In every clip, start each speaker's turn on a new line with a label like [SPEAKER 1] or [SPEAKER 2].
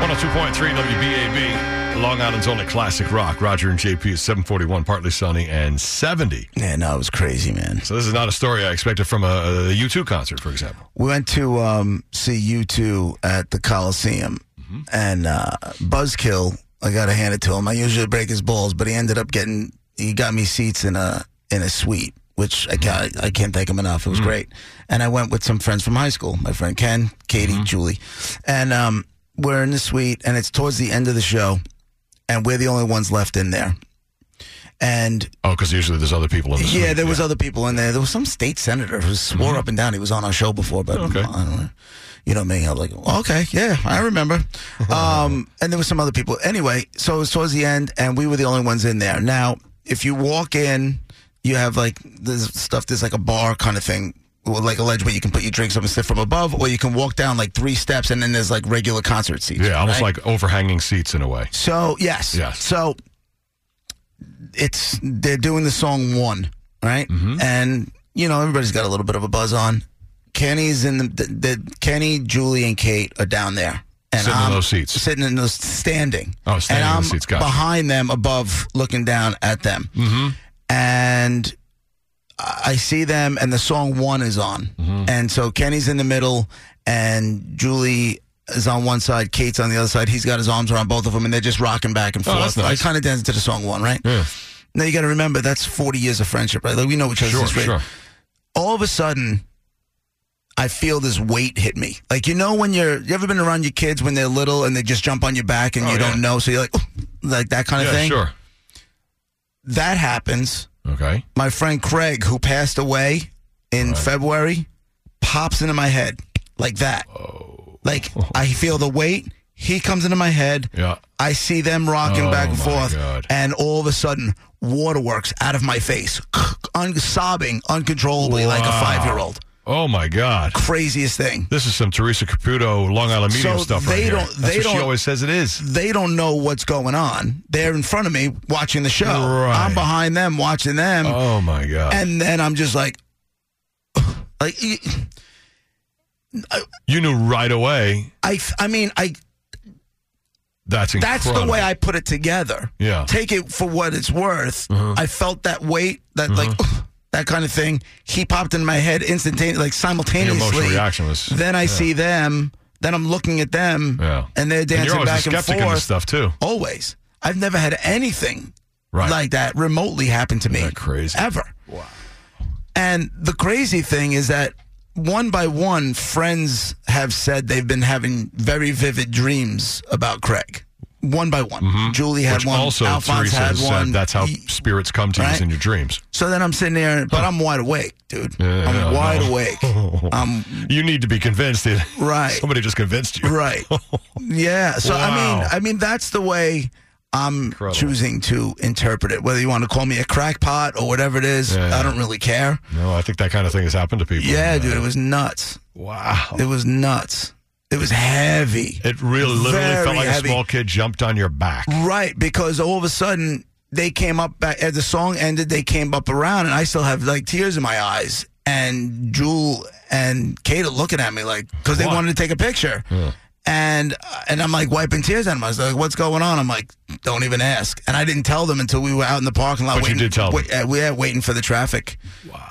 [SPEAKER 1] One hundred two point three WBAB, Long Island's only classic rock. Roger and JP is seven forty one, partly sunny and seventy.
[SPEAKER 2] Yeah, no, it was crazy, man.
[SPEAKER 1] So this is not a story I expected from a U two concert, for example.
[SPEAKER 2] We went to um, see you two at the Coliseum, and uh, Buzzkill. I gotta hand it to him. I usually break his balls, but he ended up getting. He got me seats in a in a suite, which I can't I can't thank him enough. It was great, and I went with some friends from high school. My friend Ken, Katie, Julie, and um, we're in the suite, and it's towards the end of the show, and we're the only ones left in there. And
[SPEAKER 1] Oh, because usually there's other people in this. Mm-hmm.
[SPEAKER 2] yeah, there was other people in there. There was some state senator who swore up and down he was on our show before, but
[SPEAKER 1] Okay.
[SPEAKER 2] I don't know. You know me. I was like, okay, yeah, I remember. um, and there was some other people. Anyway, so it was towards the end, and we were the only ones in there. Now, if you walk in, you have like this stuff. There's like a bar kind of thing. or Like a ledge where you can put your drinks up and sit from above, or you can walk down like three steps, and then there's like regular concert seats.
[SPEAKER 1] yeah, almost
[SPEAKER 2] right?
[SPEAKER 1] like overhanging seats in a way.
[SPEAKER 2] So yes,
[SPEAKER 1] Yes.
[SPEAKER 2] So it's they're doing the song one, right?
[SPEAKER 1] Mm-hmm.
[SPEAKER 2] And you know everybody's got a little bit of a buzz on. Kenny's in the, the, the Kenny, Julie, and Kate are down there, and
[SPEAKER 1] Sitting in
[SPEAKER 2] I'm
[SPEAKER 1] those seats.
[SPEAKER 2] sitting in those standing.
[SPEAKER 1] Oh, standing in
[SPEAKER 2] and
[SPEAKER 1] the
[SPEAKER 2] I'm
[SPEAKER 1] seats, gotcha.
[SPEAKER 2] behind them, above, looking down at them, mm-hmm. and. I see them, and the song one is on.
[SPEAKER 1] Mm-hmm.
[SPEAKER 2] And so Kenny's in the middle, and Julie is on one side, Kate's on the other side. He's got his arms around both of them, and they're just rocking back and
[SPEAKER 1] Oh,
[SPEAKER 2] forth.
[SPEAKER 1] that's nice.
[SPEAKER 2] I kind of dance to the song one, right?
[SPEAKER 1] Yeah,
[SPEAKER 2] Now you got to remember that's 40 years of friendship, right? Like we know each other
[SPEAKER 1] sure,
[SPEAKER 2] since we-
[SPEAKER 1] sure.
[SPEAKER 2] All of a sudden, I feel this weight hit me. Like you know when you're you ever been around your kids when they're little and they just jump on your back and
[SPEAKER 1] Oh,
[SPEAKER 2] you don't
[SPEAKER 1] yeah.
[SPEAKER 2] know, so you're like, like that kind of
[SPEAKER 1] yeah,
[SPEAKER 2] thing.
[SPEAKER 1] sure.
[SPEAKER 2] That happens
[SPEAKER 1] Okay.
[SPEAKER 2] my friend Craig, who passed away in February, pops into my head like that.
[SPEAKER 1] Oh.
[SPEAKER 2] Like I feel the weight. He comes into my head.
[SPEAKER 1] Yeah.
[SPEAKER 2] I see them rocking
[SPEAKER 1] Oh,
[SPEAKER 2] back and
[SPEAKER 1] my
[SPEAKER 2] forth,
[SPEAKER 1] God.
[SPEAKER 2] and all of a sudden, waterworks out of my face, un- sobbing uncontrollably like a
[SPEAKER 1] Wow.
[SPEAKER 2] five-year-old.
[SPEAKER 1] Oh my God.
[SPEAKER 2] Craziest thing.
[SPEAKER 1] This is some Teresa Caputo Long Island Medium
[SPEAKER 2] So
[SPEAKER 1] stuff
[SPEAKER 2] they
[SPEAKER 1] right here.
[SPEAKER 2] don't-
[SPEAKER 1] That's
[SPEAKER 2] they
[SPEAKER 1] what she
[SPEAKER 2] don't-
[SPEAKER 1] always says it is.
[SPEAKER 2] They don't know what's going on. They're in front of me watching the show.
[SPEAKER 1] Right.
[SPEAKER 2] I'm behind them watching them.
[SPEAKER 1] Oh my God.
[SPEAKER 2] And then I'm just like, like y-
[SPEAKER 1] you knew right away.
[SPEAKER 2] I, I mean, I
[SPEAKER 1] That's incredible.
[SPEAKER 2] That's the way I put it together.
[SPEAKER 1] Yeah. Mm-hmm.
[SPEAKER 2] Take it for what it's worth. I felt that weight, that like that kind of thing. He popped in my head instantaneously, like
[SPEAKER 1] Your
[SPEAKER 2] simultaneously.
[SPEAKER 1] emotional reaction was.
[SPEAKER 2] Then I see them. Then I'm looking at them,
[SPEAKER 1] Yeah.
[SPEAKER 2] and they're
[SPEAKER 1] And you're
[SPEAKER 2] dancing
[SPEAKER 1] always
[SPEAKER 2] back
[SPEAKER 1] a
[SPEAKER 2] and
[SPEAKER 1] skeptic in
[SPEAKER 2] forth.
[SPEAKER 1] this stuff too.
[SPEAKER 2] Always. I've never had anything
[SPEAKER 1] Right.
[SPEAKER 2] like that remotely happen to me.
[SPEAKER 1] that crazy?
[SPEAKER 2] Ever. Wow. And the crazy thing is that one by one, friends have said they've been having very vivid dreams about Craig. One by one. Julie had
[SPEAKER 1] Mm-hmm. Which
[SPEAKER 2] one.
[SPEAKER 1] also
[SPEAKER 2] Alphonse
[SPEAKER 1] Teresa
[SPEAKER 2] had
[SPEAKER 1] has
[SPEAKER 2] one.
[SPEAKER 1] said that's how
[SPEAKER 2] He-
[SPEAKER 1] spirits come to you is
[SPEAKER 2] Right?
[SPEAKER 1] in your dreams.
[SPEAKER 2] so then I'm sitting there, but I'm wide awake, dude.
[SPEAKER 1] Yeah,
[SPEAKER 2] I'm
[SPEAKER 1] yeah, I
[SPEAKER 2] wide
[SPEAKER 1] know.
[SPEAKER 2] awake. I'm
[SPEAKER 1] You need to be convinced that
[SPEAKER 2] Right.
[SPEAKER 1] somebody just convinced you.
[SPEAKER 2] Right. Yeah. So I
[SPEAKER 1] Wow.
[SPEAKER 2] mean, I mean that's the way I'm
[SPEAKER 1] Incredible.
[SPEAKER 2] choosing to interpret it. Whether you want to call me a crackpot or whatever it is,
[SPEAKER 1] Yeah.
[SPEAKER 2] I don't really care.
[SPEAKER 1] No, I think that kind of thing has happened to people.
[SPEAKER 2] Yeah,
[SPEAKER 1] Uh,
[SPEAKER 2] dude, it was nuts.
[SPEAKER 1] Wow.
[SPEAKER 2] It was nuts. It was heavy.
[SPEAKER 1] It really literally
[SPEAKER 2] Very
[SPEAKER 1] felt like
[SPEAKER 2] heavy.
[SPEAKER 1] a small kid jumped on your back.
[SPEAKER 2] Right, because all of a sudden they came up back as the song ended, they came up around and I still have like tears in my eyes. And Jewel and Kate are looking at me like because they
[SPEAKER 1] What?
[SPEAKER 2] wanted to take a picture. And and I'm like wiping tears out of my eyes. They're Like, what's going on? I'm like, don't even ask. And I didn't tell them until we were out in the parking lot.
[SPEAKER 1] But you
[SPEAKER 2] waiting,
[SPEAKER 1] did tell them.
[SPEAKER 2] wait, uh, we were waiting for the traffic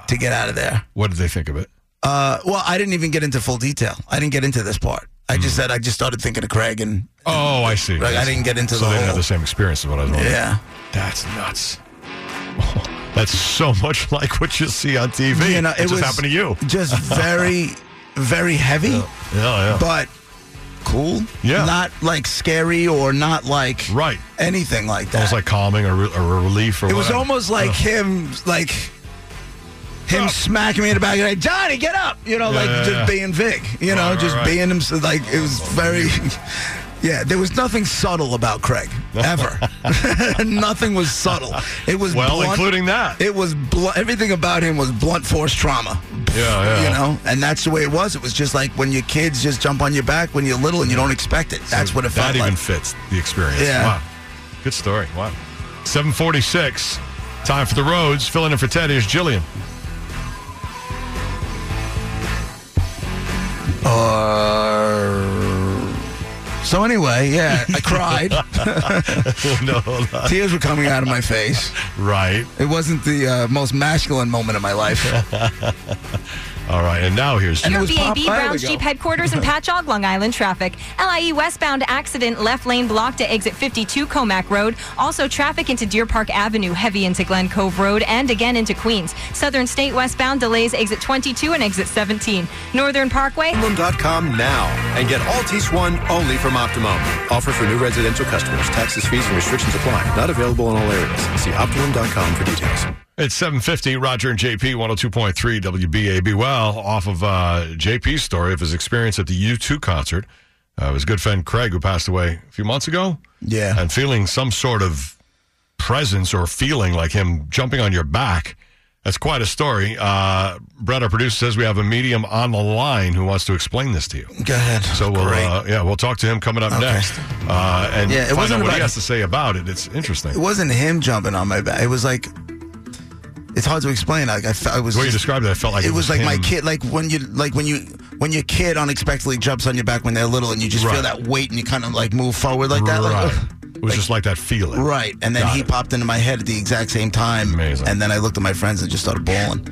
[SPEAKER 2] to get out of there.
[SPEAKER 1] What did they think of it?
[SPEAKER 2] Uh, well, I didn't even get into full detail. I didn't get into this part. I just
[SPEAKER 1] Hmm.
[SPEAKER 2] said I just started thinking of Craig and
[SPEAKER 1] Oh, I see.
[SPEAKER 2] Like, I didn't get into
[SPEAKER 1] so
[SPEAKER 2] the
[SPEAKER 1] they didn't have
[SPEAKER 2] whole-
[SPEAKER 1] the same experience as what I was wondering.
[SPEAKER 2] yeah.
[SPEAKER 1] That's nuts. That's so much like what you see on TV.
[SPEAKER 2] You know,
[SPEAKER 1] it, just happened to you.
[SPEAKER 2] Just very, very heavy,
[SPEAKER 1] Yeah, yeah.
[SPEAKER 2] but cool.
[SPEAKER 1] Yeah.
[SPEAKER 2] Not like scary or not like
[SPEAKER 1] Right.
[SPEAKER 2] anything like that.
[SPEAKER 1] It was like calming or, re- or a relief or
[SPEAKER 2] it was
[SPEAKER 1] whatever.
[SPEAKER 2] almost like him, like him
[SPEAKER 1] up.
[SPEAKER 2] smacking me in the back of the head, Johnny, get up! You know,
[SPEAKER 1] Yeah,
[SPEAKER 2] like
[SPEAKER 1] yeah,
[SPEAKER 2] just
[SPEAKER 1] yeah.
[SPEAKER 2] being Vic, you know,
[SPEAKER 1] right,
[SPEAKER 2] just
[SPEAKER 1] right. Oh,
[SPEAKER 2] being him. Like it was very, yeah. There was nothing subtle about Craig ever. nothing was subtle. It was
[SPEAKER 1] Well,
[SPEAKER 2] blunt.
[SPEAKER 1] including that.
[SPEAKER 2] It was bl- everything about him was blunt force trauma.
[SPEAKER 1] Yeah, yeah.
[SPEAKER 2] You know, and that's the way it was. It was just like when your kids just jump on your back when you're little and you don't expect it. That's what it felt
[SPEAKER 1] That
[SPEAKER 2] like.
[SPEAKER 1] even fits the experience.
[SPEAKER 2] Yeah.
[SPEAKER 1] Wow. Good story. Wow. 746. Time for the roads. Filling in for Teddy is Jillian.
[SPEAKER 2] so anyway, yeah, I cried.
[SPEAKER 1] no, hold on.
[SPEAKER 2] Tears were coming out of my face.
[SPEAKER 1] Right.
[SPEAKER 2] It wasn't the uh, most masculine moment of my life.
[SPEAKER 1] All right. And now here's
[SPEAKER 2] And it
[SPEAKER 3] Your
[SPEAKER 2] was pop- there
[SPEAKER 3] BAB
[SPEAKER 2] we
[SPEAKER 3] Browns
[SPEAKER 2] go.
[SPEAKER 3] Jeep headquarters in Patchogue, Long Island traffic. LIE westbound accident, left lane blocked to exit 52 Comac Road. Also traffic into Deer Park Avenue, heavy into Glen Cove Road, and again into Queens. Southern State westbound delays exit 22 and exit 17. Northern Parkway.
[SPEAKER 4] Optimum.com now and get Altis One only from Optimum. Offer for new residential customers. Taxes, fees, and restrictions apply. Not available in all areas. See Optimum.com for details.
[SPEAKER 1] It's 750, Roger and JP, 102.3 WBAB. Well, off of uh, JP's story of his experience at the U2 concert, uh, his good friend Craig, who passed away a few months ago.
[SPEAKER 2] Yeah.
[SPEAKER 1] And feeling some sort of presence or feeling like him jumping on your back. That's quite a story. Uh, Brett, our producer, says we have a medium on the line who wants to explain this to you.
[SPEAKER 2] Go ahead.
[SPEAKER 1] So we'll,
[SPEAKER 2] Great.
[SPEAKER 1] uh, yeah, we'll talk to him coming up
[SPEAKER 2] Okay.
[SPEAKER 1] next, uh, and
[SPEAKER 2] Yeah, it
[SPEAKER 1] find out
[SPEAKER 2] wasn't
[SPEAKER 1] what he
[SPEAKER 2] about-
[SPEAKER 1] has to say about it. It's interesting.
[SPEAKER 2] it wasn't him jumping on my back. It was like it's hard to explain. Like I felt it was.
[SPEAKER 1] The way you
[SPEAKER 2] just-
[SPEAKER 1] described it, I felt like
[SPEAKER 2] it was like my
[SPEAKER 1] him.
[SPEAKER 2] kid, like when you, like when you, when your kid unexpectedly jumps on your back when they're little, and you just
[SPEAKER 1] Right.
[SPEAKER 2] feel that weight, and you kind of like move forward like that,
[SPEAKER 1] right.
[SPEAKER 2] like,
[SPEAKER 1] it was just like that feeling.
[SPEAKER 2] right. And then
[SPEAKER 1] Got
[SPEAKER 2] he
[SPEAKER 1] it.
[SPEAKER 2] popped into my head at the exact same time,
[SPEAKER 1] Amazing.
[SPEAKER 2] and then I looked at my friends and just started bawling.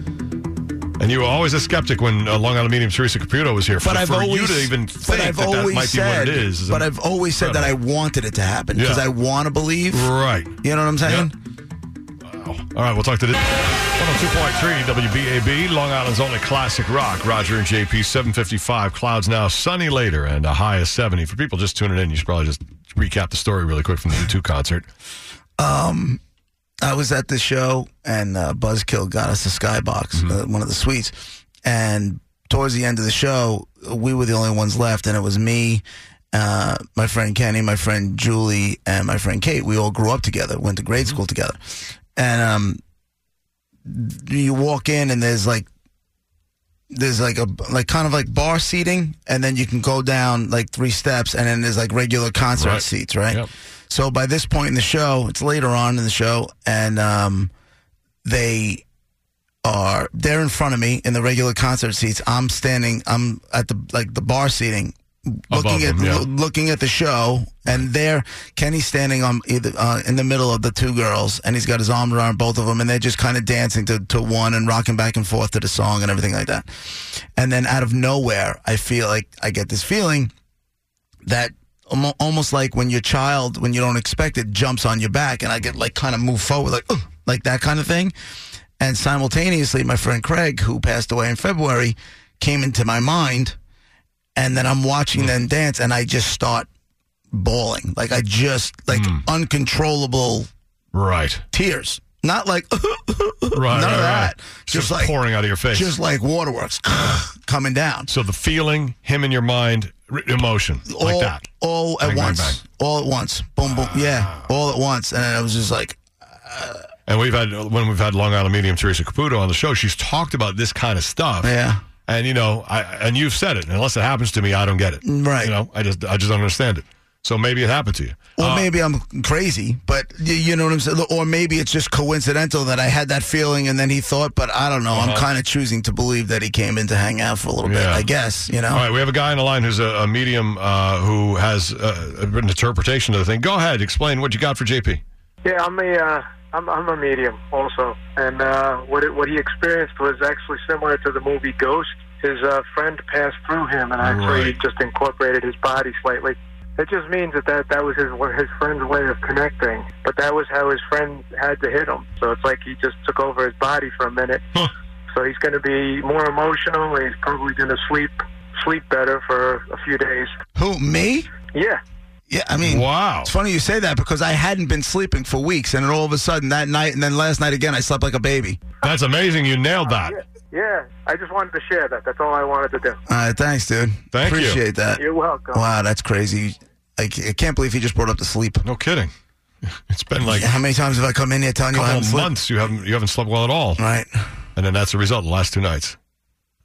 [SPEAKER 1] And you were always a skeptic when uh, Long Island Medium's Teresa Caputo was here. For,
[SPEAKER 2] But I've
[SPEAKER 1] for
[SPEAKER 2] always,
[SPEAKER 1] you to even
[SPEAKER 2] but
[SPEAKER 1] think
[SPEAKER 2] I've
[SPEAKER 1] that that
[SPEAKER 2] always
[SPEAKER 1] might
[SPEAKER 2] said,
[SPEAKER 1] be what it is. is
[SPEAKER 2] but I've always said that I wanted it to happen because
[SPEAKER 1] Yeah.
[SPEAKER 2] I want to believe.
[SPEAKER 1] Right.
[SPEAKER 2] You know what I'm saying?
[SPEAKER 1] All right, we'll talk to oh this. 102.3 WBAB, Long Island's only classic rock. Roger and JP, 755. Clouds now, sunny later, and a high of 70. For people just tuning in, you should probably just recap the story really quick from the U2 concert.
[SPEAKER 2] I was at the show, and uh, Buzzkill got us a skybox, uh, one of the suites. And towards the end of the show, we were the only ones left, and it was me, uh, my friend Kenny, my friend Julie, and my friend Kate. We all grew up together, went to grade school together. And um, you walk in, and there's like there's like a like kind of like bar seating, and then you can go down like three steps, and then there's like regular concert
[SPEAKER 1] Right.
[SPEAKER 2] seats, right?
[SPEAKER 1] Yep.
[SPEAKER 2] So by this point in the show, it's later on in the show, and um, they are they're in front of me in the regular concert seats. I'm standing, I'm at the like the bar seating,
[SPEAKER 1] Above
[SPEAKER 2] looking at
[SPEAKER 1] them, yeah.
[SPEAKER 2] loo- looking at the show, and there Kenny's standing on either uh, in the middle of the two girls, and he's got his arm around both of them, and they're just kind of dancing to, to one and rocking back and forth to the song and everything like that. And then out of nowhere, I feel like I get this feeling that almo- almost like when your child, when you don't expect it, jumps on your back, and I get like kind of move forward, like "Ugh," like that kind of thing. And simultaneously, my friend Craig, who passed away in February, came into my mind, and then I'm watching them dance, and I just start bawling, like I just like
[SPEAKER 1] Hmm.
[SPEAKER 2] uncontrollable
[SPEAKER 1] Right.
[SPEAKER 2] tears, not like
[SPEAKER 1] Right. right,
[SPEAKER 2] none of
[SPEAKER 1] right.
[SPEAKER 2] that, just like
[SPEAKER 1] pouring out of your face.
[SPEAKER 2] just like waterworks coming down.
[SPEAKER 1] so the feeling, him in your mind, r- emotion, like
[SPEAKER 2] all,
[SPEAKER 1] that.
[SPEAKER 2] all at
[SPEAKER 1] Bang, bang,
[SPEAKER 2] once, all at once, boom, boom, yeah, all at once, and I was just like,
[SPEAKER 1] And we've had when we've had Long Island medium Teresa Caputo on the show, she's talked about this kind of stuff.
[SPEAKER 2] Yeah.
[SPEAKER 1] And you know, I and you've said it. Unless it happens to me, I don't get it.
[SPEAKER 2] Right.
[SPEAKER 1] You know, I just I just don't understand it. So maybe it happened to you.
[SPEAKER 2] Or maybe I'm crazy, but y- you know what I'm saying. Or maybe it's just coincidental that I had that feeling and then he thought. But I don't know. I'm kind of choosing to believe that he came in to hang out for a little bit.
[SPEAKER 1] Uh-huh. Yeah.
[SPEAKER 2] I guess you know.
[SPEAKER 1] All right, we have a guy on the line who's a, a medium uh, who has uh, an interpretation of the thing. Go ahead, explain what you got for JP.
[SPEAKER 5] Yeah, I'm a uh, I'm, I'm a medium also, and uh, what it, what he experienced was actually similar to the movie Ghost. His uh, friend passed through him, and actually
[SPEAKER 1] Right.
[SPEAKER 5] just incorporated his body slightly. It just means that, that that was his his friend's way of connecting, but that was how his friend had to hit him. So it's like he just took over his body for a minute.
[SPEAKER 1] Huh.
[SPEAKER 5] So he's going to be more emotional, and he's probably going to sleep sleep better for a few days.
[SPEAKER 2] Who me?
[SPEAKER 5] Yeah,
[SPEAKER 2] Yeah, I mean,
[SPEAKER 1] Wow.
[SPEAKER 2] It's funny you say that because I hadn't been sleeping for weeks, and then all of a sudden that night, and then last night again, I slept like a baby.
[SPEAKER 1] That's amazing. You nailed that.
[SPEAKER 5] Yeah, I just wanted to share that. That's all I wanted to do.
[SPEAKER 2] All right, thanks, dude.
[SPEAKER 1] Thank you.
[SPEAKER 2] Appreciate that.
[SPEAKER 5] You're welcome.
[SPEAKER 2] Wow, that's crazy. I, c- I can't believe he just brought up the sleep.
[SPEAKER 1] No kidding. It's been like
[SPEAKER 2] How many times have I come in here telling
[SPEAKER 1] a
[SPEAKER 2] you I
[SPEAKER 1] couple
[SPEAKER 2] haven't
[SPEAKER 1] of
[SPEAKER 2] slept?
[SPEAKER 1] months you haven't you haven't slept well at all.
[SPEAKER 2] Right.
[SPEAKER 1] And then that's the result, the last two nights.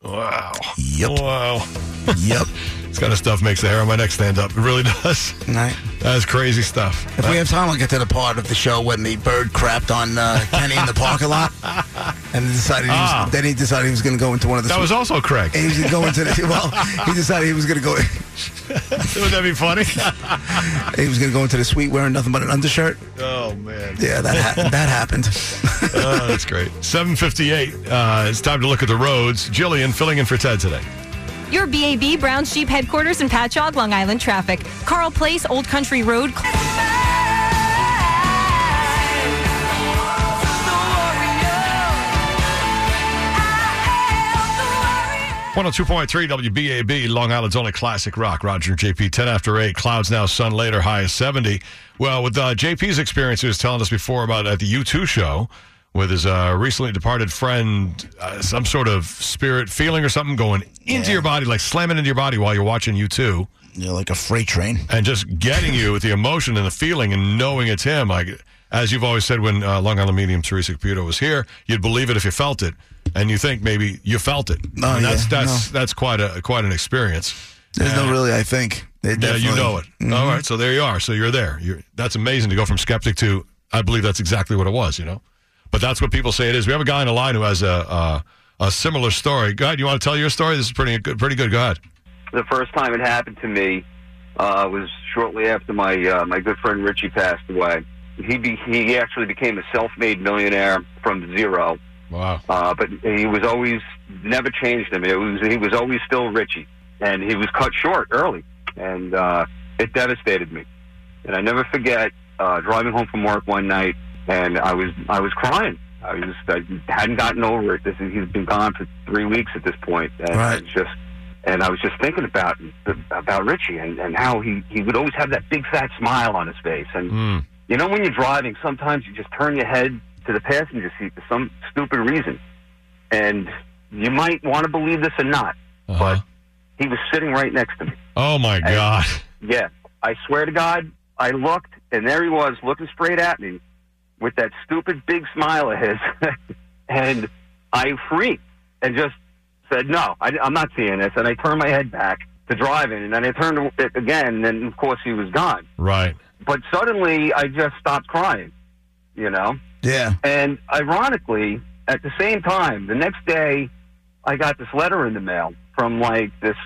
[SPEAKER 1] Wow.
[SPEAKER 2] Yep.
[SPEAKER 1] Wow.
[SPEAKER 2] yep.
[SPEAKER 1] This kind of stuff makes the hair on my neck stand up. It really does.
[SPEAKER 2] All right.
[SPEAKER 1] That's crazy stuff.
[SPEAKER 2] If we have time, I'll get to the part of the show when the bird crapped on uh, Kenny in the parking lot, and decided he was,
[SPEAKER 1] Ah.
[SPEAKER 2] then he decided he was going to go into one of the.
[SPEAKER 1] That was also Craig.
[SPEAKER 2] he was going to go into the, well. He decided he was going to go.
[SPEAKER 1] Wouldn't that be funny?
[SPEAKER 2] He was going to go into the suite wearing nothing but an undershirt.
[SPEAKER 1] oh man.
[SPEAKER 2] Yeah, that ha- that happened.
[SPEAKER 1] Oh, that's great. 758. Uh, it's time to look at the roads. Jillian filling in for Ted today.
[SPEAKER 3] Your BAB Brown Sheep headquarters in Patchogue, Long Island traffic. Carl Place, Old Country Road.
[SPEAKER 1] One hundred two point three WBAB, Long Island's only classic rock. Roger and JP, ten after eight. Clouds now, sun later. High is seventy. Well, with uh, JP's experience, he was telling us before about at the U two show with his uh, recently departed friend, uh, some sort of spirit feeling or something going into your body, like slamming into your body while you're watching U two,
[SPEAKER 2] You're like a freight train.
[SPEAKER 1] and just getting you with the emotion and the feeling and knowing it's him. Like as you've always said, when uh, Long Island medium Teresa Caputo was here, you'd believe it if you felt it, and you think maybe you felt it.
[SPEAKER 2] Oh,
[SPEAKER 1] And that's
[SPEAKER 2] yeah.
[SPEAKER 1] that's that's quite a quite an experience.
[SPEAKER 2] There's no really. I think. They
[SPEAKER 1] Yeah, you
[SPEAKER 2] definitely- Mm-hmm.
[SPEAKER 1] know it. All right, so there you are. So you're there. You're, that's amazing to go from skeptic to I believe that's exactly what it was. You know, but that's what people say it is. We have a guy in the line who has a uh, a similar story. Go ahead. You want to tell your story? This is pretty good. Pretty good. Go ahead.
[SPEAKER 6] the first time it happened to me uh, was shortly after my uh, my good friend Richie passed away. He be, he actually became a self-made millionaire from zero,
[SPEAKER 1] Wow.
[SPEAKER 6] uh, but he was always never changed him. It was he was always still Richie, and he was cut short early, and uh, it devastated me. And I never forget uh, driving home from work one night, and I was I was crying. I was I hadn't gotten over it. This is, he's been gone for three weeks at this point, and I
[SPEAKER 2] Right.
[SPEAKER 6] was just and I was just thinking about about Richie and, and how he he would always have that big fat smile on his face, and
[SPEAKER 1] Hmm.
[SPEAKER 6] you know, when you're driving, sometimes you just turn your head to the passenger seat for some stupid reason. And you might want to believe this or not,
[SPEAKER 1] Uh-huh.
[SPEAKER 6] but he was sitting right next to me.
[SPEAKER 1] Oh my God.
[SPEAKER 6] Yeah, I swear to God, I looked, and there he was looking straight at me with that stupid big smile of his. and I freaked and just said, No, I, am not seeing this. And I turned my head back to driving, and then I turned it again, and then, of course, he was gone.
[SPEAKER 1] Right.
[SPEAKER 6] But suddenly, I just stopped crying, you know?
[SPEAKER 2] Yeah.
[SPEAKER 6] And ironically, at the same time, the next day, I got this letter in the mail from like this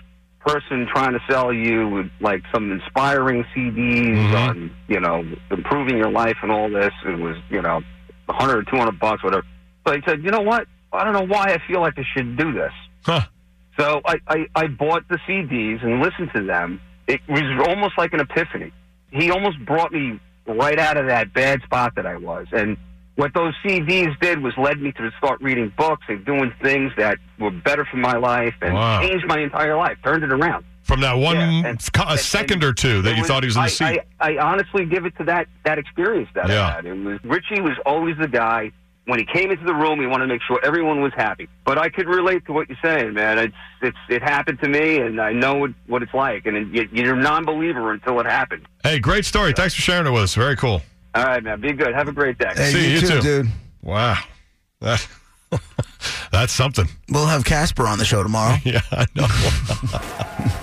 [SPEAKER 6] person trying to sell you like some inspiring CDs
[SPEAKER 1] Mhm.
[SPEAKER 6] on you know improving your life and all this. It was you know a hundred or two hundred bucks, whatever. So I said, you know what? I don't know why I feel like I should do this.
[SPEAKER 1] Huh.
[SPEAKER 6] So I, I, I bought the CDs and listened to them. It was almost like an epiphany. He almost brought me right out of that bad spot that I was. And what those CDs did was led me to start reading books and doing things that were better for my life and
[SPEAKER 1] Wow.
[SPEAKER 6] changed my entire life, turned it around.
[SPEAKER 1] From that one
[SPEAKER 6] Yeah, and-
[SPEAKER 1] f- co- a
[SPEAKER 6] and-
[SPEAKER 1] second
[SPEAKER 6] and
[SPEAKER 1] or two that
[SPEAKER 6] It
[SPEAKER 1] you thought he was in the
[SPEAKER 6] I,
[SPEAKER 1] seat.
[SPEAKER 6] I, I honestly give it to that that experience that
[SPEAKER 1] Yeah.
[SPEAKER 6] I had. It was Richie was always the guy. When he came into the room, he wanted to make sure everyone was happy. But I could relate to what you're saying, man. It's it's it happened to me, and I know what, what it's like. And it, you- you're a non-believer until it happened.
[SPEAKER 1] hey, great story. Thanks for sharing it with us. Very cool.
[SPEAKER 6] All right, man. Be good. Have a great day.
[SPEAKER 2] Hey,
[SPEAKER 1] See, you too.
[SPEAKER 2] dude.
[SPEAKER 1] Wow. That, that's something.
[SPEAKER 2] We'll have Casper on the show tomorrow.
[SPEAKER 1] Yeah, I know.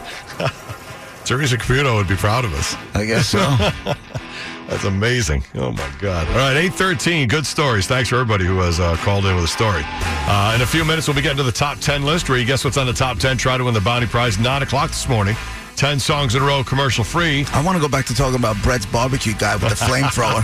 [SPEAKER 1] Teresa Caputo would be proud of us.
[SPEAKER 2] I guess so.
[SPEAKER 1] That's amazing. Oh my God! All right, eight thirteen. Good stories. Thanks for everybody who has uh, called in with a story. Uh, in a few minutes, we'll be getting to the top ten list. Where you guess what's on the top ten? Try to win the bounty prize. Nine o'clock this morning. Ten songs in a row, commercial free.
[SPEAKER 2] I want to go back to talking about Brett's barbecue guy with the flamethrower.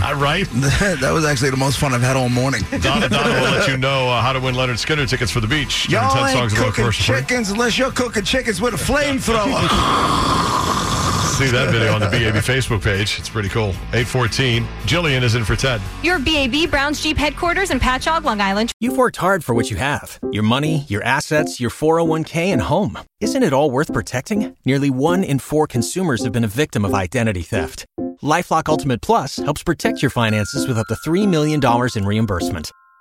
[SPEAKER 1] All right.
[SPEAKER 2] that was actually the most fun I've had all morning.
[SPEAKER 1] Donna Donna will let you know uh, how to win Leonard Skinner tickets for the beach. Give her
[SPEAKER 2] Y'all ain't
[SPEAKER 1] in a row,
[SPEAKER 2] cooking chickens unless you're cooking chickens with a flamethrower.
[SPEAKER 1] free. See that video on the BAB Facebook page. It's pretty cool. Eight fourteen. Jillian is in for Ted.
[SPEAKER 3] Your BAB Brown Sheep headquarters in Patchogue, Long Island
[SPEAKER 7] You've worked hard for what you have your money, your assets, your 401k, and home. Isn't it all worth protecting? Nearly one in four consumers have been a victim of identity theft. Lifelock Ultimate Plus helps protect your finances with up to $3 million in reimbursement.